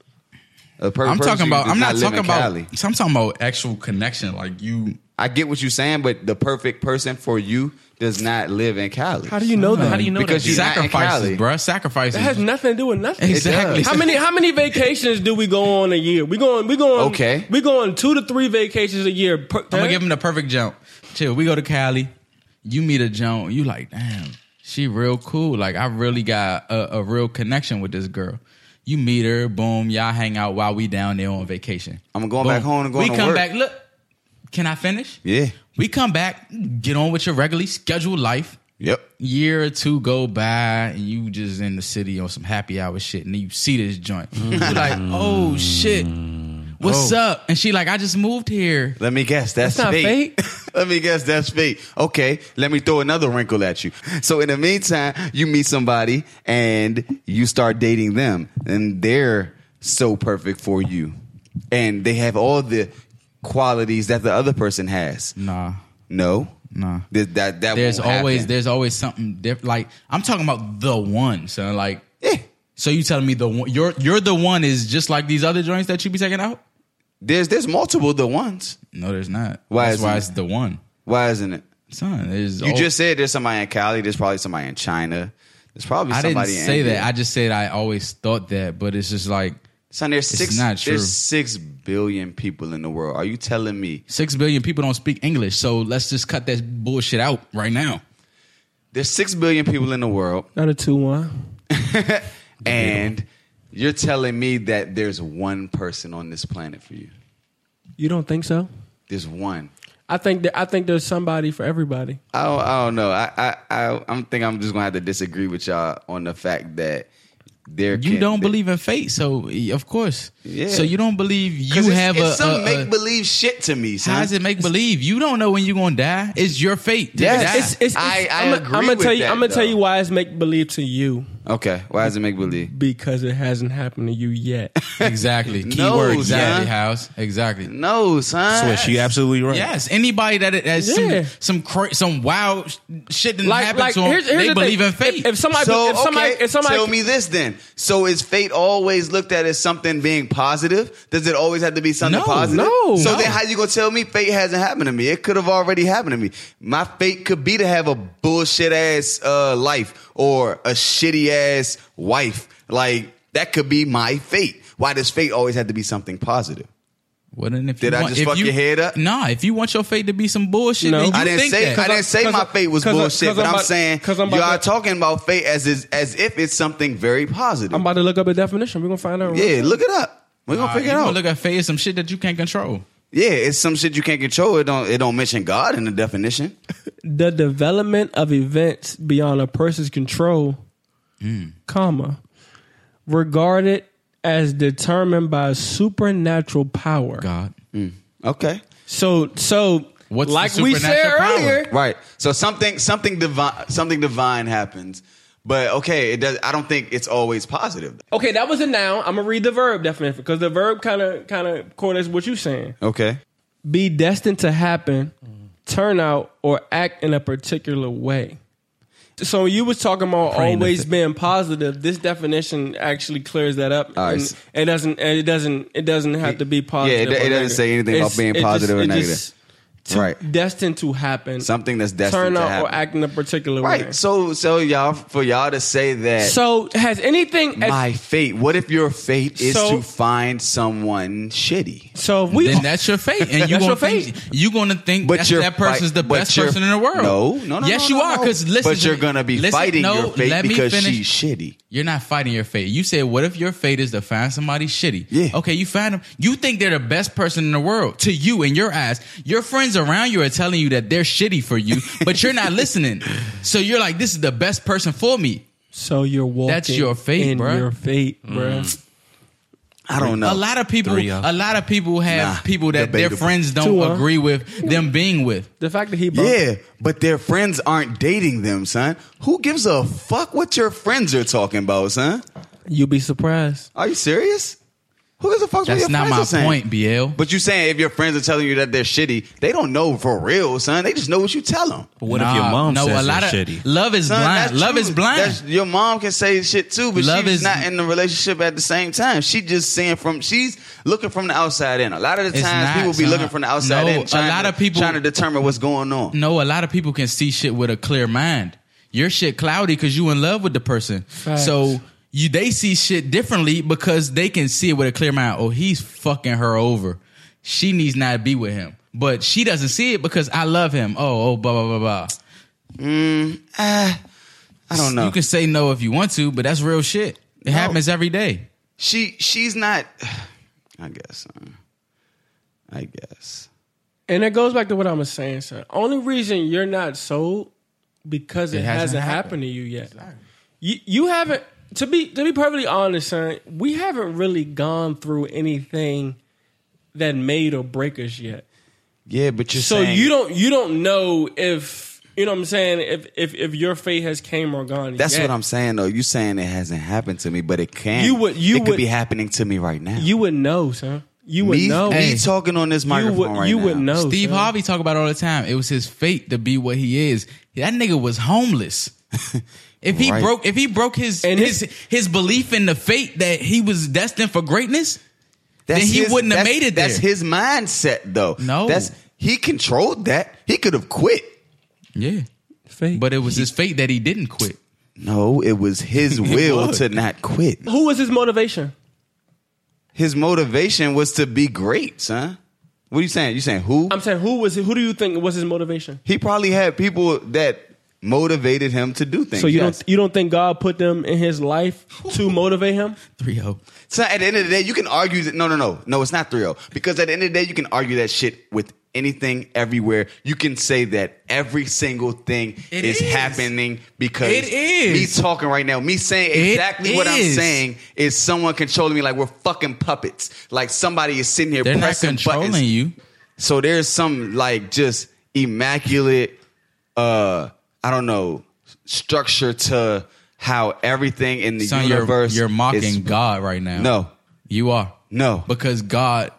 S3: The perfect
S1: I'm
S3: person
S1: talking
S3: for you
S1: about.
S3: does
S1: I'm not
S3: live in
S1: talking about.
S3: Cali.
S1: I'm talking about actual connection. Like you.
S3: I get what you're saying, but the perfect person for you does not live in Cali.
S4: how do you know that?
S5: How do you know
S3: Because
S5: that?
S3: you-
S5: dude?
S3: not in Cali.
S1: Sacrifices, bro. Sacrifices.
S4: That has nothing to do with nothing.
S1: exactly.
S3: It
S4: How many how many vacations do we go on a year? We going we going
S3: Okay.
S4: We going two to three vacations a year. Per,
S1: I'm gonna give him the perfect jump. Chill. We go to Cali. You meet a Joan. You like, damn, she real cool. Like I really got a, a real connection with this girl. You meet her. Boom. Y'all hang out while we down there on vacation.
S3: I'm going back home and
S1: We
S3: going to
S1: come
S3: work.
S1: back. Look. Can I finish?
S3: Yeah.
S1: We come back. Get on with your regularly scheduled life.
S3: Yep.
S1: year or two go by and you just in the city on some happy hour shit and you see this joint.
S3: Mm.
S1: You're like, oh shit. What's
S3: Oh.
S1: up? And she like, I just moved here.
S3: Let me guess. That's,
S4: That's not
S3: fate. let me guess. That's fate. Okay. Let me throw another wrinkle at you. So in the meantime, you meet somebody and you start dating them, and they're so perfect for you, and they have all the qualities that the other person has.
S1: Nah.
S3: No.
S1: Nah.
S3: Th- That that
S1: There's
S3: won't
S1: always
S3: happen.
S1: there's always something different. Like, I'm talking about the one, son. Like
S3: Yeah.
S1: so you telling me the one you're you're the one is just like these other joints that you be taking out?
S3: There's there's multiple the ones.
S1: No, there's not.
S3: Why
S1: That's
S3: isn't
S1: why
S3: it?
S1: it's the one.
S3: Why isn't it?
S1: Son, there's
S3: You
S1: al-
S3: just said there's somebody in Cali. There's probably somebody in China. There's probably
S1: I didn't
S3: somebody.
S1: say
S3: in
S1: that.
S3: India.
S1: I just said I always thought that, but it's just like
S3: Son, there's six.
S1: not true.
S3: There's six billion people in the world. Are you telling me
S1: Six billion people don't speak English, so let's just cut that bullshit out right now.
S3: there's six billion people in the world,
S4: Not a two one.
S3: and you're telling me that there's one person on this planet for you?
S4: You don't think so?
S3: There's one.
S4: I think that I think there's somebody for everybody.
S3: I don't, I don't know. I I I I'm think I'm just gonna have to disagree with y'all on the fact that there
S1: You
S3: can-
S1: don't believe in fate, so eh, of course.
S3: Yeah.
S1: So you don't believe you
S3: 'Cause it's,
S1: have
S3: it's
S1: a,
S3: some
S1: a- a-
S3: make believe shit to me. Son.
S1: how does it make believe? You don't know when you're gonna die. It's your fate. to
S3: Yes.
S1: die.
S3: It's- Ah, I- I
S4: am
S3: agree
S4: I'm
S3: with
S4: tell you.
S3: that,
S4: I'm gonna tell
S3: though.
S4: you why it's make believe to you
S3: Okay, why does it make believe?
S4: because it hasn't happened to you yet.
S1: exactly. Keyword
S3: No,
S1: exactly,
S3: son.
S1: house. Exactly.
S3: No, son.
S5: Swish, you absolutely right.
S1: Yes. Anybody that has
S4: Yeah.
S1: some some cra- some wild sh- shit didn't
S4: like
S1: happen
S4: like
S1: to them,
S4: here's, here's
S1: they
S4: the
S1: believe
S4: thing.
S1: in fate.
S4: If, if somebody
S3: So
S4: if somebody
S3: okay,
S4: if somebody
S3: tell me this then: So is fate always looked at as something being positive? Does it always have to be something
S1: No,
S3: positive?
S4: no,
S3: So
S4: no.
S3: then how you gonna tell me fate hasn't happened to me? It could have already happened to me. My fate could be to have a bullshit ass uh, life or a shitty ass wife. Like that could be my fate. Why does fate always have to be something positive?
S1: Well, then if
S3: Did
S1: you
S3: I
S1: want,
S3: just
S1: if
S3: fuck
S1: you,
S3: your head up?
S1: Nah, if you want your fate to be some bullshit,
S4: No.
S1: then you
S3: I didn't
S1: think
S3: say
S1: that.
S3: I didn't
S4: I-
S3: say
S4: 'cause
S3: my
S4: I-
S3: fate was
S4: 'cause I-
S3: bullshit,
S4: 'cause
S3: but
S4: I'm
S3: I'm,
S4: about-
S3: saying
S4: 'cause I'm about
S3: y'all
S4: to-
S3: talking about fate as is, as if it's something very positive.
S4: I'm about to look up a definition. We're gonna find out.
S3: yeah, look it up. We're gonna
S1: Nah,
S3: figure
S1: you
S3: it
S1: gonna
S3: out.
S1: Look at fate as some shit that you can't control.
S3: yeah, it's some shit you can't control. It don't it don't mention God in the definition.
S4: The development of events beyond a person's control,
S1: Mm.
S4: comma, regarded as determined by supernatural power.
S1: God,
S3: Okay.
S4: So, so
S1: What's the
S4: like we said
S1: supernatural power?
S4: earlier,
S3: Right. So something something divine something divine happens. But okay, it does I don't think it's always positive.
S4: okay, that was a noun. I'm gonna read the verb definition because the verb kind of kind of correlates with what you're saying.
S3: Okay.
S4: Be destined to happen, turn out, or act in a particular way. So you was talking about
S1: Praying to
S4: always
S1: fi-
S4: being positive. This definition actually clears that up,
S3: All right.
S4: and it doesn't. and It doesn't. It doesn't have to be
S3: it
S4: positive. or
S3: doesn't
S4: negative.
S3: say anything about being
S4: it
S3: positive or
S4: it
S3: negative.
S4: to-
S3: Right.
S4: Destined to happen.
S3: Something that's destined
S4: turn
S3: to
S4: out or
S3: happen.
S4: act in a particular way.
S3: Right. So so y'all for y'all to say that
S4: So has anything? as-
S3: my fate. What if your fate is
S4: So-
S3: to find someone shitty?
S4: so if we
S1: then that's your fate, and you
S4: That's
S1: gonna
S4: your
S1: think
S4: fate.
S1: you gonna think
S3: But
S1: that's,
S3: you're
S1: that person's
S3: fight-
S1: the
S3: but
S1: best
S3: you're-
S1: person in the world.
S3: No, no, no,
S1: Yes,
S3: no,
S1: you
S3: no,
S1: are.
S3: no.
S1: Because listen,
S3: but you're gonna be
S1: listen,
S3: fighting
S1: no,
S3: your fate
S1: let me
S3: because
S1: finish.
S3: she's shitty.
S1: You're not fighting your fate. You said, "What if your fate is to find somebody shitty?"
S3: Yeah.
S1: Okay, you find them. You think they're the best person in the world to you in your eyes. Your friends around you are telling you that they're shitty for you, but you're not listening. So you're like, "This is the best person for me."
S4: so you're walking.
S1: That's your fate,
S4: in
S1: bruh. Mm.
S4: Your fate, bruh.
S3: I don't know.
S1: A lot of people,
S5: Three, uh,
S1: a lot of people have
S3: Nah,
S1: people that their
S3: debatable.
S1: friends don't
S4: Two, uh.
S1: agree with them being with.
S4: The fact that he broke
S3: yeah, but their friends aren't dating them, son. Who gives a fuck what your friends are talking about, son?
S4: You'd be surprised.
S3: Are you serious? Who gives a fuck
S1: That's
S3: what your
S1: not
S3: friends
S1: my
S3: are saying?
S1: point, BL.
S3: But you saying if your friends are telling you that they're shitty, they don't know for real, son. They just know what you tell them.
S5: But what if your
S1: Nah,
S5: mom
S1: no, a
S5: says
S1: lot
S5: they're
S1: of
S5: shitty?
S1: love is
S3: Son,
S1: blind.
S3: that's
S1: Love
S3: true.
S1: is blind.
S3: That's- your mom can say shit too, but
S1: Love
S3: she's
S1: is-
S3: not in the relationship at the same time. She just seeing from she's looking from the outside in. A lot of the
S1: It's
S3: times
S1: not,
S3: people be
S1: son.
S3: looking from the outside
S1: No,
S3: in,
S1: a
S3: trying
S1: lot
S3: to,
S1: of people-
S3: trying to determine what's going on.
S1: No, a lot of people can see shit with a clear mind. Your shit cloudy because you in love with the person.
S4: Facts.
S1: So you they see shit differently because they can see it with a clear mind. Oh, he's fucking her over. She needs not be with him. But she doesn't see it because I love him. Oh, oh, blah blah blah blah.
S3: Mm, eh, I don't know.
S1: You can say no if you want to, but that's real shit. It happens every day.
S3: she she's not. I guess. uh, I guess.
S4: And it goes back to what I was saying, sir. Only reason you're not sold because it, hasn't, happened. to you yet. You you haven't to be to be perfectly honest, son, we haven't really gone through anything that made or break us yet.
S3: Yeah, but you're
S4: So
S3: saying
S4: you don't you don't know if you know what I'm saying, if if if your fate has came or gone.
S3: That's
S4: yet.
S3: what I'm saying though. You saying it hasn't happened to me, but it can.
S4: You would- you
S3: it could
S4: would-
S3: be happening to me right now.
S4: you would know, son. You would
S3: me,
S4: know.
S3: me
S1: Hey.
S3: talking on this
S4: you
S3: microphone
S4: would
S3: right
S4: you
S3: now.
S4: would know.
S1: Steve
S4: son.
S1: Harvey talk about it all the time. It was his fate to be what he is. That nigga was homeless. If he
S3: Right.
S1: broke, if he broke his
S4: And
S1: his,
S4: his-
S1: his belief in the fate that he was destined for greatness,
S3: That's
S1: then he
S3: his-
S1: wouldn't have
S3: that's-
S1: made it
S3: That's
S1: there.
S3: his mindset though.
S1: No.
S3: that's he controlled that. He could have quit.
S1: yeah.
S4: Fate.
S1: But it was his fate that he didn't quit.
S3: No, it was his will
S1: would.
S3: to not quit.
S4: who was his motivation?
S3: His motivation was to be great, son. What are you saying? You saying who?
S4: I'm saying who was who do you think was his motivation?
S3: he probably had people that motivated him to do things.
S4: So you
S3: yes.
S4: don't you don't think God put them in his life to motivate him?
S1: Three oh. zero.
S3: So at the end of the day, you can argue that no, no, no, no, it's not 3-0. Because at the end of the day, you can argue that shit with anything, everywhere. You can say that every single thing
S1: It
S3: is
S1: is.
S3: happening because
S1: It is.
S3: me talking right now, me saying
S1: It
S3: exactly what I'm
S1: is.
S3: saying is someone controlling me like we're fucking puppets. Like somebody is sitting here
S1: They're not
S3: pressing
S1: controlling
S3: buttons.
S1: you.
S3: So there's some like just immaculate uh I don't know structure to how everything in the
S1: Son, you're,
S3: universe
S1: you're mocking
S3: is-
S1: God right now.
S3: No.
S1: You are.
S3: No.
S1: Because God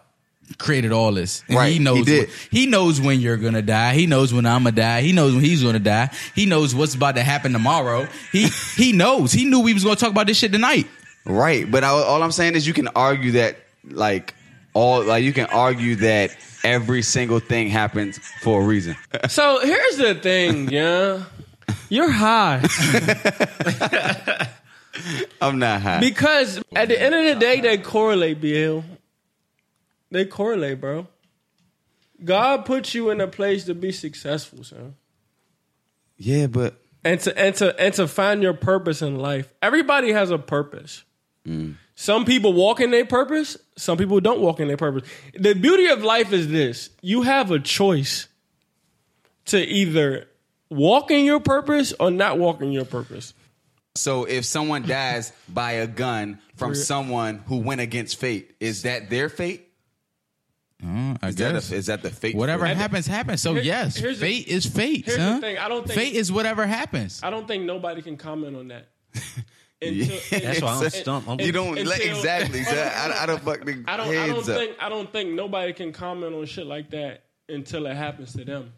S1: created all this. And
S3: Right,
S1: He knows
S3: he did.
S1: When, he knows when you're gonna die. He knows when I'm gonna die. He knows when he's gonna die. He knows what's about to happen tomorrow. He he knows. He knew we was gonna talk about this shit tonight.
S3: Right, but I, all I'm saying is you can argue that like all like you can argue that every single thing happens for a reason.
S4: So here's the thing, yeah. You're high
S3: I'm not high.
S4: because at the end of the day, they correlate, Bill. They correlate, bro. God put you in a place to be successful, son.
S3: yeah, but
S4: and to and to and to find your purpose in life. Everybody has a purpose. Some people walk in their purpose. Some people don't walk in their purpose. The beauty of life is this: you have a choice to either walk in your purpose or not walk in your purpose.
S3: so if someone dies by a gun from someone who went against fate, is that their fate?
S1: Mm, I
S3: Is that
S1: guess.
S3: a, is that the fate?
S1: whatever
S3: for it?
S1: happens, happens. So
S4: Here-
S1: yes,
S4: here's the-
S1: fate is fate.
S4: here's the
S1: son.
S4: thing, I don't think-
S1: fate is whatever happens.
S4: I don't think nobody can comment on that.
S5: That's why I'm
S3: It's a-
S5: stumped. I'm-
S3: You don't let
S4: Until-
S3: exactly. so I, I don't fuck the
S4: I don't. I
S3: heads
S4: don't
S3: up.
S4: think. I don't think nobody can comment on shit like that until it happens to them.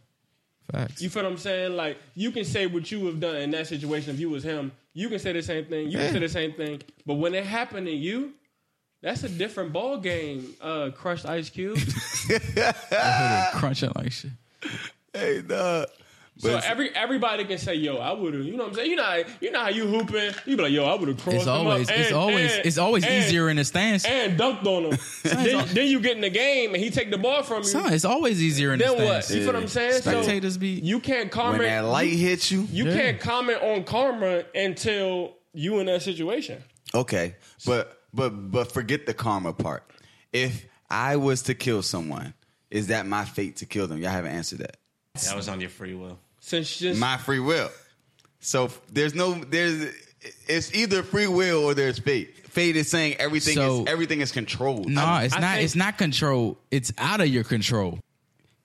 S1: Facts.
S4: You feel what I'm saying? Like you can say what you have done in that situation if you was him. You can say the same thing. You can say the same thing. But when it happened to you, that's a different ball game. Uh, crushed Ice Cube.
S1: Crunching like shit.
S3: hey, nah. But
S4: so
S3: it's-
S4: every everybody can say, "Yo, I would have." You know what I'm saying? You know, how, you know how you hooping. You be like, "Yo, I would have crossed
S1: It's
S4: him up
S1: always, it's
S4: and-
S1: always,
S4: and-
S1: it's always
S4: and-
S1: easier in the stance.
S4: And dunked on him. then, then you get in the game and he take the ball from you.
S1: Son, it's always easier in
S4: then
S1: the
S4: what?
S1: stance.
S4: You feel what I'm saying?
S1: Spectators
S4: so
S1: be-
S4: You can't
S3: when
S4: comment.
S3: that light hits you,
S4: you can't comment on karma until you in that situation.
S3: Okay, but but but forget the karma part. If I was to kill someone, is that my fate to kill them? Y'all haven't answered that.
S5: That was on your free will.
S4: Since just
S3: My free will. So f- there's no there's it's either free will or there's fate. Fate is saying everything
S1: So-
S3: is everything is controlled.
S1: No,
S3: I-
S1: it's
S4: I
S1: not.
S4: think-
S1: it's not control. It's out of your control.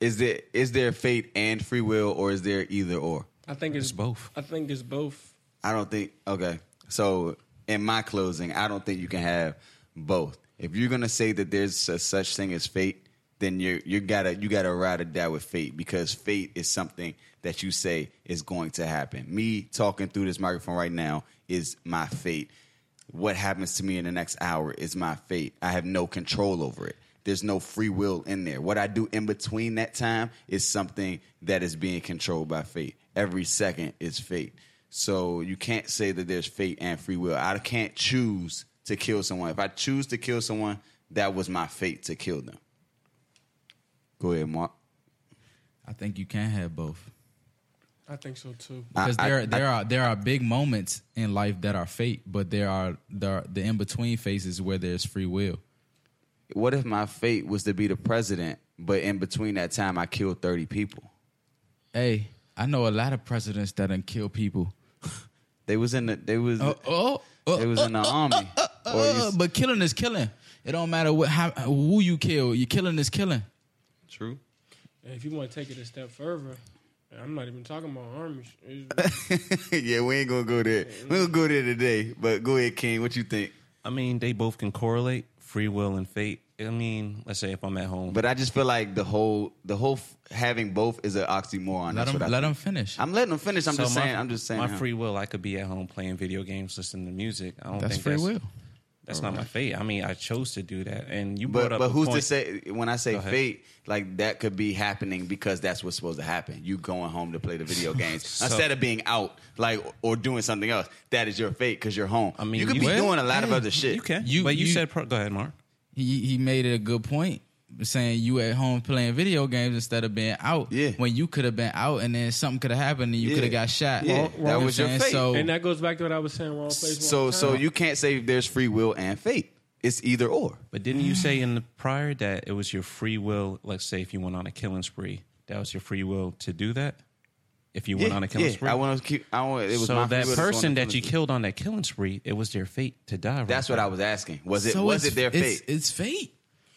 S3: Is there is there fate and free will or is there either or?
S4: I think it's,
S5: both.
S4: I think it's both.
S3: I don't think. Okay, so in my closing, I don't think you can have both. If you're gonna say that there's a such thing as fate, then you you gotta you gotta ride or die with fate because fate is something that you say is going to happen. Me talking through this microphone right now is my fate. What happens to me in the next hour is my fate. I have no control over it. There's no free will in there. What I do in between that time is something that is being controlled by fate. Every second is fate. So you can't say that there's fate and free will. I can't choose to kill someone. If I choose to kill someone, that was my fate to kill them. Go ahead, Mark.
S1: I think you can have both
S4: I think so too.
S1: because
S3: I-
S1: there
S3: I-
S1: there are there are big moments in life that are fate, but there are there are the in between phases where there's free will.
S3: What if my fate was to be the president, but in between that time I killed 30 people?
S1: Hey, I know a lot of presidents that done kill people.
S3: They was in the they was
S1: Oh, oh, oh,
S3: they was in the army. Or you
S1: uh,
S3: s-
S1: but killing is killing. It don't matter what how, who you kill. You killing is killing.
S3: True.
S4: And if you want to take it a step further, and I'm not even talking about army. sh- it's-
S3: yeah, we ain't gonna go there. We gonna go there today. But go ahead, King. What you think?
S5: I mean, they both can correlate free will and fate. I mean, let's say if I'm at home,
S3: But I just feel like the whole the whole f- having both is an oxymoron.
S1: Let
S3: That's
S1: them
S3: what I
S1: let them finish.
S3: I'm letting them finish. I'm
S5: So
S3: just
S5: my-
S3: saying. I'm just saying.
S5: My
S3: how-
S5: free will, I could be at home playing video games, listening to music. I don't
S1: that's
S5: think
S1: free
S5: that's,
S1: will.
S5: That's not my fate. I mean, I chose to do that, and you brought
S3: But
S5: up.
S3: but
S5: a
S3: who's
S5: point.
S3: to say when I say
S5: ahead.
S3: fate like that could be happening because that's what's supposed to happen. You going home to play the video games instead of being out like or doing something else. That is your fate because you're home. I mean,
S5: mean,
S3: you could
S5: you-
S3: be
S5: Well,
S3: doing a lot of
S1: hey,
S3: other shit.
S5: You can,
S1: You-
S5: but you,
S1: you-
S5: said. Pro- go ahead, Mark.
S1: he he made it a good point saying you at home playing video games instead of being out
S3: Yeah.
S1: when you could have been out and then something could have happened and you
S3: Yeah.
S1: could have got shot
S3: Yeah,
S1: You know what
S3: that
S1: I'm
S3: was your
S1: saying?
S3: fate.
S1: so
S4: And that goes back to what I was saying. Wrong place.
S3: So
S4: wrong
S3: so
S4: time.
S3: you can't say there's free will and fate. It's either or.
S5: But didn't you say in the prior that it was your free will? Let's say if you went on a killing spree, that was your free will to do that. If you went on a killing spree,
S3: I want to keep. I want. It was
S5: so
S3: my free
S5: that
S3: will to go on
S5: person
S3: the
S5: that you
S3: killing spree.
S5: killed on that killing spree, it was their fate to die. right
S3: That's what
S5: there.
S3: I was asking. Was it
S1: so
S3: was
S1: it's-
S3: it their
S1: it's-
S3: fate?
S1: It's fate.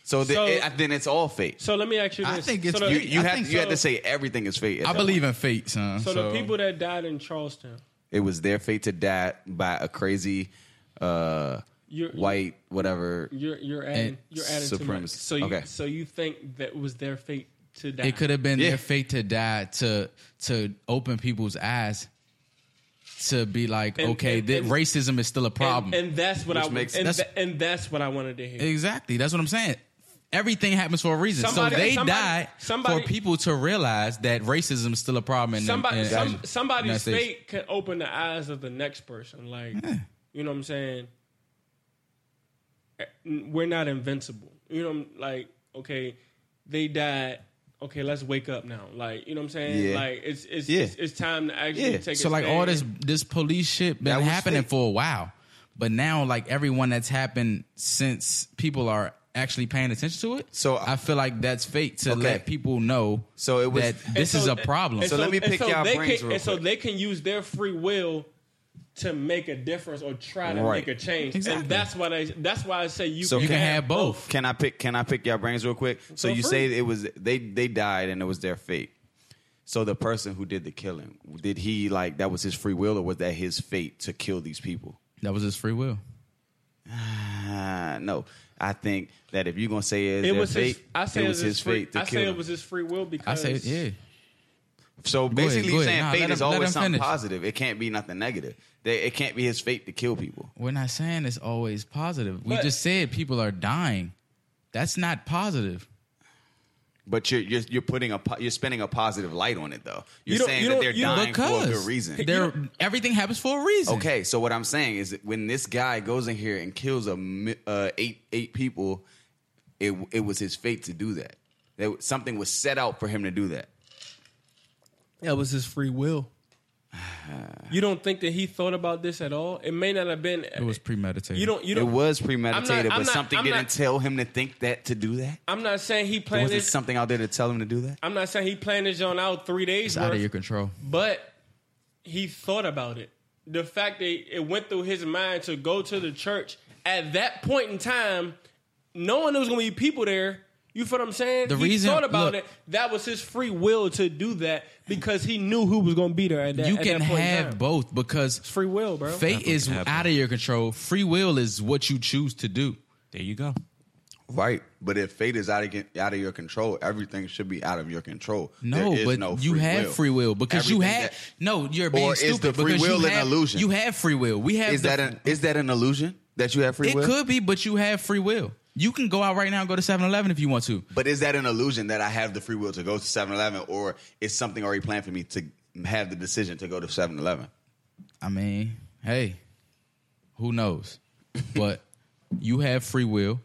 S3: so the,
S4: So-
S3: it, then it's all fate.
S4: So let me ask you this.
S1: I think it's
S4: so the,
S3: You,
S1: I
S3: you have
S1: think
S3: you had to
S4: so.
S3: say everything is fate. at
S1: I
S3: that
S1: believe
S3: point.
S1: in fate, son.
S4: so the people that died in Charleston.
S3: it was their fate to die by a crazy uh,
S4: You're,
S3: white whatever.
S4: You're you're adding you're adding too much.
S3: supremacy.
S4: So you,
S3: Okay.
S4: so you think that was their fate to die?
S1: it could have been
S3: Yeah.
S1: their fate to die to to open people's eyes. to be like,
S4: And-
S1: okay,
S4: and-
S1: that
S4: and-
S1: racism is still a problem.
S4: And, and that's what
S3: Which
S4: I
S3: makes-
S4: and,
S1: that's-
S4: tha- and that's what I wanted to hear.
S1: exactly, that's what I'm saying. Everything happens for a reason.
S4: Somebody-
S1: so they
S4: somebody-
S1: died
S4: somebody-
S1: for people to realize that racism is still a problem. In,
S4: Somebody,
S1: in,
S4: some,
S1: in United
S4: somebody's
S1: States.
S4: fate can open the eyes of the next person. Like, you know what I'm saying? Eh, We're not invincible. You know, I'm- like, okay, they died. Okay, let's wake up now. Like, you know what I'm saying?
S3: Yeah.
S4: Like, it's it's,
S3: Yeah.
S4: it's it's time to actually
S3: Yeah.
S4: take.
S1: So
S4: a
S1: like all this
S4: stand.
S1: this police shit
S3: That
S1: been
S3: was
S1: happening
S3: fake.
S1: for a while, but now like everyone that's happened since people are actually paying attention to it.
S3: So-
S1: I feel like that's fake to
S3: Okay.
S1: let people know.
S3: So it was-
S1: that this
S4: And
S1: is
S4: so-
S1: a problem.
S4: and
S3: So let me
S4: and
S3: pick y'all
S4: they
S3: brains
S4: can,
S3: real
S4: And so
S3: quick.
S4: they can use their free will to make a difference or try to
S3: Right.
S4: make a change.
S1: Exactly.
S4: And that's why I, that's why I say you,
S3: So
S1: you can have both.
S3: Can I pick? Can I pick your brains real quick? So
S4: Feel
S3: you
S4: free.
S3: say it was they they died and it was their fate. So the person who did the killing, did he like that was his free will or was that his fate to kill these people?
S1: That was his free will.
S3: Uh, no, I think that if you're gonna say it,
S4: It was
S3: fate,
S4: his. I say
S3: it was his
S4: free,
S3: fate to
S4: I
S3: kill.
S4: say it
S3: them.
S4: was his free will
S1: I
S4: because
S1: say, yeah.
S3: so
S1: ahead,
S3: basically,
S1: go
S3: you're
S1: ahead.
S3: saying
S1: Nah,
S3: fate
S1: let
S3: is
S1: him- let
S3: always
S1: him
S3: something
S1: finish.
S3: positive. It can't be nothing negative. They, it can't be his fate to kill people.
S1: We're not saying it's always positive. We
S4: But-
S1: just said people are dying. That's not positive.
S3: But you're you're, you're putting a po- you're spending a positive light on it though. You're
S4: don't-
S3: saying
S4: you
S3: that
S4: don't-
S3: they're
S4: you don't-
S3: dying for a
S1: Because
S3: good reason.
S1: There, everything happens for a reason.
S3: Okay, so what I'm saying is that when this guy goes in here and kills a mi- uh, eight eight people, it it was his fate to do that. That something was set out for him to do that.
S4: That was his free will. You don't think that he thought about this at all? It may not have been.
S1: It was premeditated.
S4: You don't. You
S3: It
S4: don't.
S3: was premeditated,
S4: I'm not-
S3: but
S4: I'm not-
S3: something
S4: I'm
S3: didn't
S4: not-
S3: tell him to think that to do that.
S4: I'm not saying he
S3: There
S4: planned
S3: wasn't
S4: this.
S3: something out there to tell him to do that.
S4: I'm not saying he planned this on out three days
S1: It's out of
S4: worth,
S1: your control.
S4: but he thought about it. The fact that it went through his mind to go to the church at that point in time, knowing there was going to be people there. You feel what I'm saying?
S1: The
S4: he
S1: reason-
S4: thought about
S1: look-
S4: it. That was his free will to do that because he knew who was going to be there at that.
S1: You
S4: at
S1: can
S4: that point in
S1: have
S4: time.
S1: both because
S4: It's free will, bro.
S1: Fate is
S5: can happen.
S1: out of your control. Free will is what you choose to do.
S5: There you go.
S3: Right, but if fate is out of out of your control, everything should be out of your control.
S1: No,
S3: There is
S1: but you
S3: free
S1: have
S3: will.
S1: free will because you
S3: Everything
S1: had
S3: that-
S1: no. You're being
S3: Or is
S1: stupid.
S3: the free
S1: because
S3: will
S1: you
S3: an
S1: have,
S3: illusion?
S1: You have free will. We have
S3: is
S1: the-
S3: that an is that an illusion that you have free
S1: it
S3: will?
S1: could be, but you have free will. You can go out right now and go to 7-Eleven if you want to.
S3: But is that an illusion that I have the free will to go to 7-Eleven or is something already planned for me to have the decision to go to 7-Eleven?
S1: I mean, hey, who knows? but you have free will,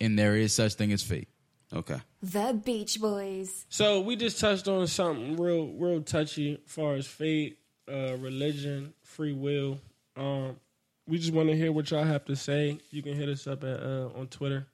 S1: and there is such thing as fate.
S3: Okay.
S2: The Beach Boys.
S4: So we just touched on something real, real touchy as far as fate, uh, religion, free will. Um, we just want to hear what y'all have to say. You can hit us up at uh, on Twitter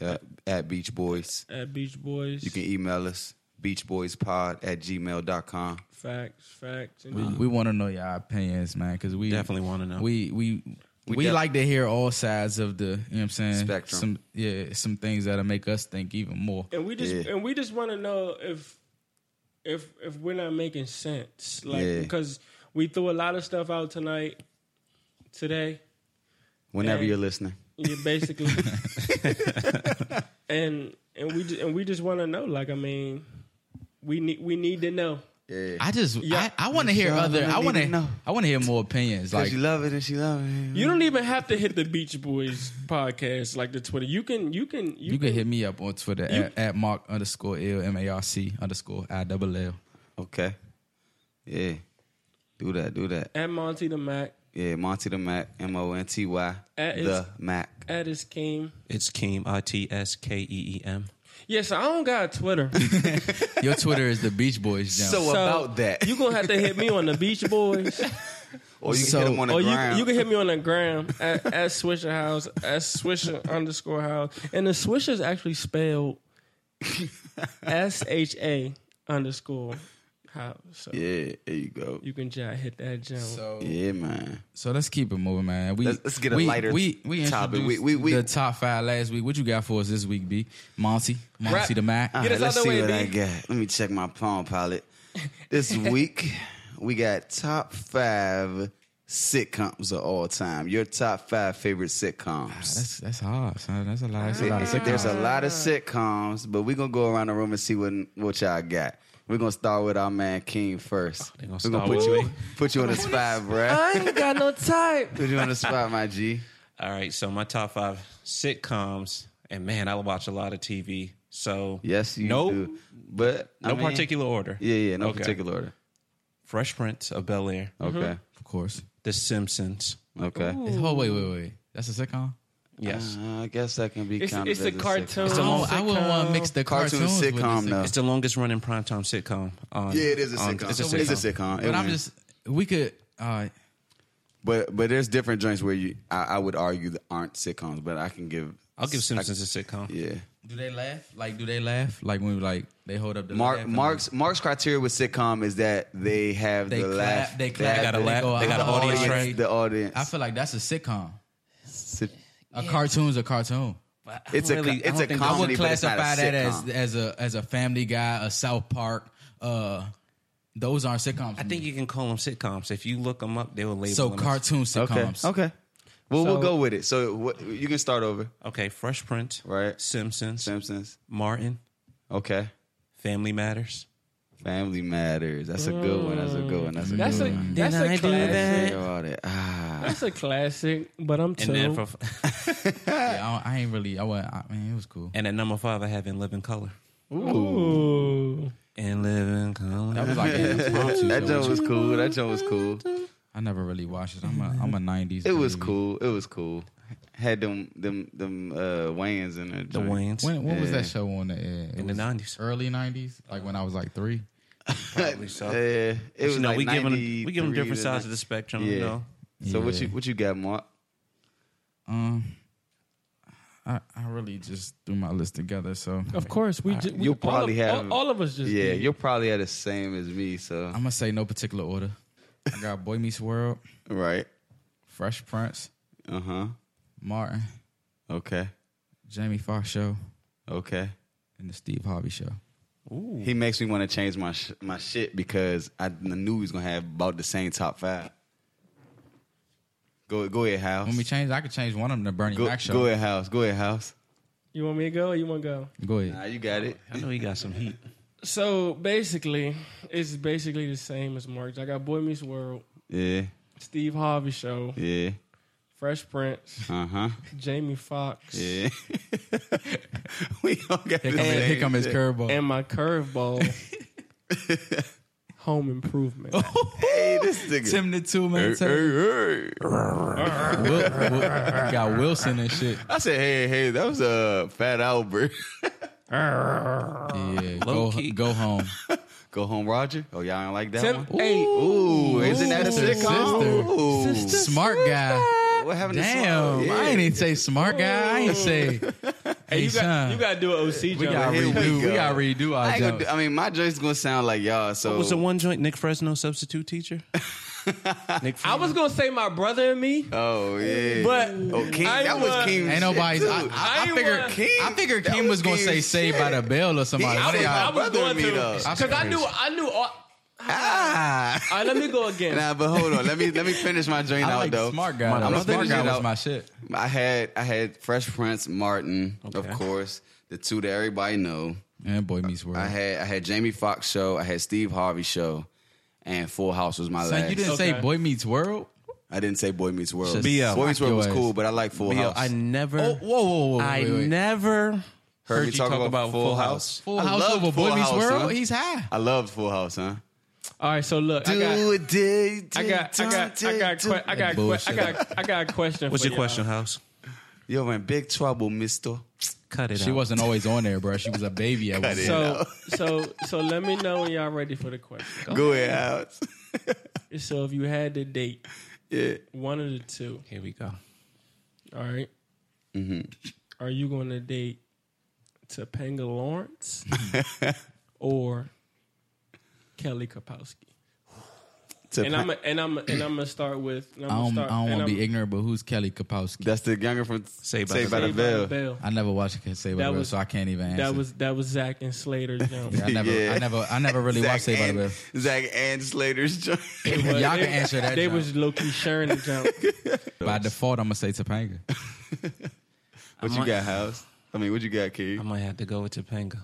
S3: Uh, at Beach Boys.
S4: at Beach Boys.
S3: You can email us beachboyspod at gmail.com.
S4: facts, facts. And
S1: We want to know your opinions, man, because we
S5: Definitely wanna know.
S1: We we we,
S3: def-
S1: like to hear all sides of the. You know what I'm saying?
S3: Spectrum.
S1: Some yeah, some things that'll make us think even more.
S4: and we just
S3: Yeah.
S4: and we just want to know if if if we're not making sense, like
S3: Yeah.
S4: because we threw a lot of stuff out tonight, today.
S3: Whenever
S4: Hey.
S3: you're listening.
S4: Yeah, basically. and and we just, and we just want to know. Like, I mean, we need we need to know.
S1: I just
S4: Yeah.
S1: I, I want to hear
S3: sure
S1: other.
S3: don't
S1: I
S3: need
S1: want
S3: to know.
S1: to I want to hear more opinions. Like
S3: Because you love it and she loves it.
S4: You don't even have to hit the Beach Boys podcast like the Twitter. You can you can
S1: you can hit me up on Twitter
S4: You-
S1: at, at mark underscore l m a r c underscore i double l.
S3: Okay. Yeah. Do that, do that.
S4: at Monty the Mac
S3: Yeah, Monty the Mac, M O N T Y,
S4: At
S3: the
S4: his-
S3: Mac.
S4: at his game.
S5: It's Keem. I T S K E E M.
S4: Yes, I don't got Twitter.
S1: Your Twitter is the Beach Boys. Jump.
S3: So,
S4: So,
S3: about that,
S4: you gonna have to hit me on the Beach Boys,
S3: or you can
S1: so-
S3: hit him on the
S4: or Oh, you
S3: ground.
S4: you can hit me on the gram at, at Swisher House at Swisher underscore House, and the Swisher is actually spelled S H A underscore House. So
S3: yeah, there you go.
S4: you can just hit that jump.
S1: so
S3: yeah, man.
S1: so let's keep it moving, man. We
S3: Let's- let's get a
S1: we,
S3: lighter
S1: we, we
S3: topic. We-
S1: introduced
S3: we- we-
S1: the top five last week. What you got for us this week, B? Monty, Monty
S4: Rap.
S1: the Mac.
S3: All
S4: Get
S3: right,
S4: us out
S3: let's
S4: the
S3: see
S4: way,
S3: what I
S4: B.
S3: got. Let me check my Palm Pilot. This week we got top five sitcoms of all time. Your top five favorite sitcoms.
S1: That's that's hard, son. That's a lot. Ah, That's a lot of
S3: There's
S1: sitcoms.
S3: a lot of sitcoms, but we're gonna go around the room and see what what y'all got. We're gonna start with our man King first.
S5: they gonna
S3: We're gonna
S5: start
S3: put
S5: with
S3: you
S5: me?
S3: put you on the spot, bruh.
S4: ain't got no type.
S3: Put you on the spot, my G.
S5: All right, so my top five sitcoms, and man, I watch a lot of TV. So
S3: Yes, you
S5: no,
S3: do. But I
S5: no
S3: mean-
S5: particular order.
S3: Yeah, yeah, no
S5: Okay.
S3: particular order.
S5: Fresh Prince of Bel Air,
S3: Okay.
S1: Of course.
S5: The Simpsons.
S3: Okay.
S1: Oh wait, wait, wait. That's a sitcom.
S5: Yes,
S3: Uh, I guess that can be
S4: It's,
S3: counted
S4: it's
S3: as
S4: a cartoon.
S3: sitcom.
S5: a long
S1: Oh, I wouldn't want to mix the
S3: Cartoon
S1: cartoons with the
S3: sitcom, though.
S5: it's the longest running primetime sitcom. On,
S3: Yeah, it is a
S5: on-
S3: sitcom.
S5: it's a
S3: So we-
S5: sitcom.
S3: It's a sitcom. It
S1: But I'm
S3: wins.
S1: just we could. uh, All right.
S3: But but there's different joints where you I, I would argue that aren't sitcoms, but I can give
S5: I'll give
S3: I-
S5: Simpsons a sitcom.
S3: yeah.
S1: Do they laugh? Like, do they laugh? Like when like they hold up the
S3: Mark Mark's Mark's criteria with sitcom is that they have
S1: They
S3: the
S1: clap,
S3: laugh.
S1: they clap,
S5: They got a
S1: they
S5: laugh,
S1: go,
S5: they got
S1: "Oh,
S5: an audience
S1: yeah."
S5: track.
S3: The audience.
S1: I feel like that's a sitcom.
S3: Sit-
S1: A cartoon's a cartoon.
S5: But I
S3: It's
S5: don't
S3: a
S5: really-
S3: co- it's
S5: I don't
S3: a
S5: think
S1: I
S5: that's-
S3: comedy,
S1: would
S3: but it's not a
S1: classify that as
S3: sitcom.
S1: as a as a Family Guy, a South Park. Uh, those aren't sitcoms.
S5: I think you can call them sitcoms. If you look them up, they will label
S1: so.
S5: them. as-
S1: Cartoon sitcoms.
S3: Okay. Okay. Well,
S1: So-
S3: we'll go with it. So what, you can start over.
S5: Okay, Fresh Prince,
S3: Right.
S5: Simpsons,
S3: Simpsons.
S5: Martin,
S3: Okay.
S5: Family Matters.
S3: Family Matters. That's a good one. That's a good one. That's a
S4: That's
S3: good
S4: a
S3: one.
S4: that's
S5: Mm. Didn't I
S4: a
S5: do that?
S4: classic.
S3: Hear all that. Ah.
S4: That's a classic. But I'm
S5: And then
S4: too.
S5: for,
S1: Yeah, I, don't- I ain't really. I, wa- I mean, it was cool.
S5: and at number five, I have In Living Color.
S4: Ooh.
S5: In Living Color.
S1: That was like an impromptu
S3: That
S1: show.
S3: joint was cool. That joint was cool.
S1: I never really watched it. I'm a I'm a '90s.
S3: It was
S1: baby.
S3: cool. It was cool. Had them them them uh Wayans in it.
S5: the Wayans.
S1: When when was
S3: Yeah.
S1: that show on the air? It
S5: In the
S1: was
S5: 90s.
S1: early '90s, like when I was like three.
S5: Probably so.
S3: Yeah, it was
S5: you know,
S3: like
S5: we give them we
S3: 93
S5: give them different
S3: to
S5: sides of the
S3: 90.
S5: spectrum.
S3: Yeah.
S5: You know,
S3: So what
S1: Yeah.
S3: you what you got, Mark?
S1: Um, I I really just threw my list together. So
S4: Of course, we. Ju- we
S3: You'll probably
S4: all of,
S3: have
S4: all, all of us just.
S3: yeah.
S4: did.
S3: You're probably at the same as me. So
S1: I'm gonna say no particular order. I got Boy Meets World,
S3: right.
S1: Fresh Prince,
S3: Uh huh.
S1: Martin,
S3: Okay.
S1: Jamie Foxx Show,
S3: Okay.
S1: and the Steve Harvey Show.
S3: He makes me want to change my sh- my shit because I knew he was gonna have about the same top five. Go go ahead, house.
S1: When we change, I could change one of them to Bernie
S3: go,
S1: Mac Show.
S3: go ahead, house. Go ahead, house.
S4: You want me to go? or You want to go?
S1: Go ahead.
S3: Nah, you got it.
S5: I know he got some heat.
S4: So basically, it's basically the same as Mark's. I got Boy Meets World,
S3: Yeah.
S4: Steve Harvey Show,
S3: Yeah.
S4: Fresh Prince,
S3: Uh huh.
S4: Jamie Foxx,
S3: Yeah. we all got
S1: Here
S3: the
S1: come, his,
S3: same
S1: here come his
S3: shit.
S1: curveball.
S4: and my curveball, Home Improvement.
S3: Oh. Hey, this nigga.
S1: Tim the two man.
S3: Hey,
S1: Will,
S3: hey, hey.
S1: Will, got Wilson and shit.
S3: I said, hey, hey, that was a uh, Fat Albert.
S1: Yeah, go
S5: Low key.
S1: go home.
S3: Go home, Roger. Oh, y'all ain't like that
S4: Tim,
S3: one.
S4: hey,
S3: Ooh, isn't that a
S1: sister,
S3: sitcom?
S1: sister.
S3: Ooh.
S1: Smart guy.
S3: What happened
S1: Damn,
S3: to Smart?
S1: I
S3: Yeah.
S1: ain't even say smart guy. I ain't say. Hey,
S4: you got
S1: son.
S4: you got to do an OC
S1: we got
S4: job.
S1: to
S3: Here we
S1: redo. We,
S3: go.
S1: got to redo our
S3: I, ain't gonna
S1: jokes.
S3: do- I mean, my joint's gonna sound like y'all. So
S5: What was the one joint? Nick Fresno, substitute teacher. Nick
S4: I
S5: Fresno.
S4: was gonna say my brother and me,
S3: Oh yeah,
S4: but
S3: oh, King,
S4: I
S3: that was
S4: was-
S3: King.
S1: Ain't nobody's.
S3: Shit,
S1: I, I,
S3: too.
S1: I,
S4: I
S1: figured.
S4: want-
S1: King, I figured
S3: that
S1: Kim was gonna
S3: King
S1: say "Saved by the Bell" or somebody.
S3: I
S1: One of
S3: was-
S1: y'all-
S4: I was
S3: brother
S4: going
S3: and me,
S4: to
S3: though.
S4: because I knew I knew. All,
S3: ah.
S4: all right, let me go again.
S3: Nah, but hold on. Let me let me finish my joint
S1: I
S3: out
S1: like
S3: though.
S1: smart guy.
S3: I'ma
S1: though. smart
S3: finish
S1: guy
S3: it
S1: was
S3: out.
S1: my shit.
S3: I had I had Fresh Prince Martin, of
S5: Okay.
S3: course, the two that everybody know.
S1: And Boy Meets World.
S3: I had I had Jamie Foxx show, I had Steve Harvey show, and Full House was my
S1: Son,
S3: last.
S1: you didn't
S4: Okay.
S1: say Boy Meets World.
S3: I didn't say Boy Meets World.
S1: Just
S5: B.O.
S3: Boy Meets World was
S1: Your ass.
S3: cool, but I like Full
S5: Yo,
S3: House.
S5: I never.
S1: Oh, whoa, whoa, whoa!
S5: I
S1: wait, wait, wait.
S5: never
S3: Heard
S5: heard
S3: me
S5: you
S3: talk
S5: talk, about, Full House.
S1: Full
S3: I
S1: House
S3: love
S1: over Boy
S3: Full
S1: Meets
S3: House,
S1: World.
S3: huh?
S1: He's high.
S3: I loved Full House, huh?
S4: All right, so look, I got
S3: it, day,
S4: I got, I got, I got, que- I got, que- I got, I got a question.
S5: What's
S4: for
S5: your question,
S4: y'all.
S5: House?
S3: Yo, in big trouble, Mister.
S5: Cut it.
S1: She
S5: out.
S1: wasn't always on there, bro. She was a baby at one.
S3: it.
S1: point.
S4: So, so, so let me know when y'all ready for the question.
S3: Go ahead, House.
S4: So, if you had to date
S3: Yeah.
S4: one of the two,
S5: Here we go.
S4: all right, Mm-hmm. are you going to date Topanga Lawrence or Kelly Kapowski?
S3: To
S4: And I'm a, and I'm a, and I'm gonna start with. and I'm
S1: I
S4: gonna
S1: don't,
S4: start,
S1: Um, I don't
S4: and
S1: want to
S4: I'm-
S1: be ignorant, but who's Kelly Kapowski?
S3: That's the younger from Saved
S5: Saved
S3: by,
S5: by the
S3: the,
S4: Saved by the
S3: Bell.
S4: Bell.
S1: I never watched Saved by
S4: That
S1: the Bell,
S4: was-
S1: so I can't even answer.
S4: That was that was Zach and Slater's jump.
S1: I never,
S3: Yeah.
S1: I never, I never really
S3: Zach
S1: watched Saved by the
S3: and-
S1: Bell.
S3: Zach and Slater's joint.
S4: It was-
S1: Y'all can
S4: they-
S1: answer that
S4: They
S1: jump.
S4: was low key sharing the jump.
S1: By default, I'm gonna say Topanga.
S3: What you
S5: might-
S3: got, House? I mean, what you got, King?
S5: I might have to go with Topanga.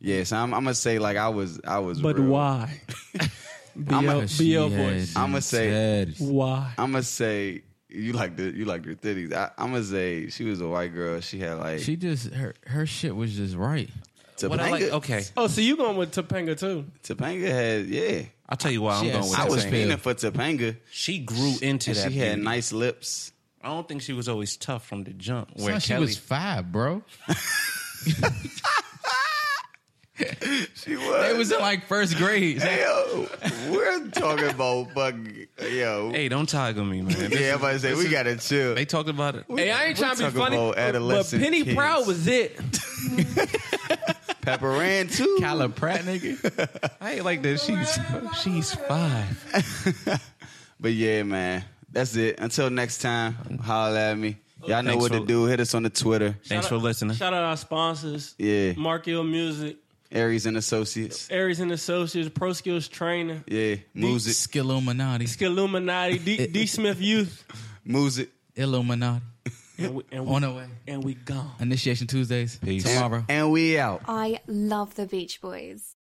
S3: Yeah, so I'm, I'm gonna say like I was I was
S4: But
S3: real.
S4: why? Be
S3: I'm
S4: your,
S3: a-
S4: Oh, be your voice.
S3: I'ma say-
S4: Why?
S3: I'm gonna say you like the you like your titties. I, I'm gonna say she was a white girl. She had like
S1: she just her her shit was just right.
S5: What I like, okay,
S4: Oh, so you going with Topanga too?
S3: Topanga had yeah.
S5: I'll tell you why I'm
S1: She
S5: going
S1: has
S5: with
S3: I
S5: this.
S3: was
S1: Topanga.
S3: feeling for Topanga.
S5: She grew into
S3: and
S5: that.
S3: she had
S5: beauty.
S3: nice lips.
S5: I don't think she was always tough from the jump.
S1: Son,
S5: Where
S1: she
S5: Kelly,
S1: was five, bro.
S3: She was.
S1: It was in like first grade.
S3: Yo, we're talking about fucking yo.
S5: hey, don't tag on me, man.
S3: yeah, I'm about to say we gotta chill.
S5: They talked about it.
S4: Hey, I ain't
S3: We're
S4: trying to be
S3: talking
S4: funny,
S3: about
S4: but
S3: adolescent
S4: Penny
S3: kids.
S4: Proud was it.
S3: Pepper ran too.
S1: Kyla Pratt, nigga.
S5: I ain't like that. She's she's five.
S3: But yeah, man, that's it. Until next time, holla at me. Y'all know
S5: Thanks
S3: what to
S5: for-
S3: do. Hit us on the Twitter,
S5: Thanks for listening.
S4: Shout out our sponsors.
S3: Yeah.
S4: Markio Music,
S3: Aries and Associates.
S4: Aries and Associates, Pro Skills Training,
S3: Yeah, music,
S1: Skilluminati.
S4: Skilluminati, D, D Smith Youth.
S3: music.
S1: Illuminati.
S4: And we, and
S1: On
S4: we,
S1: the way.
S4: and we gone.
S1: Initiation Tuesdays.
S5: Peace.
S1: Tomorrow.
S3: And we out.
S2: I love the Beach Boys.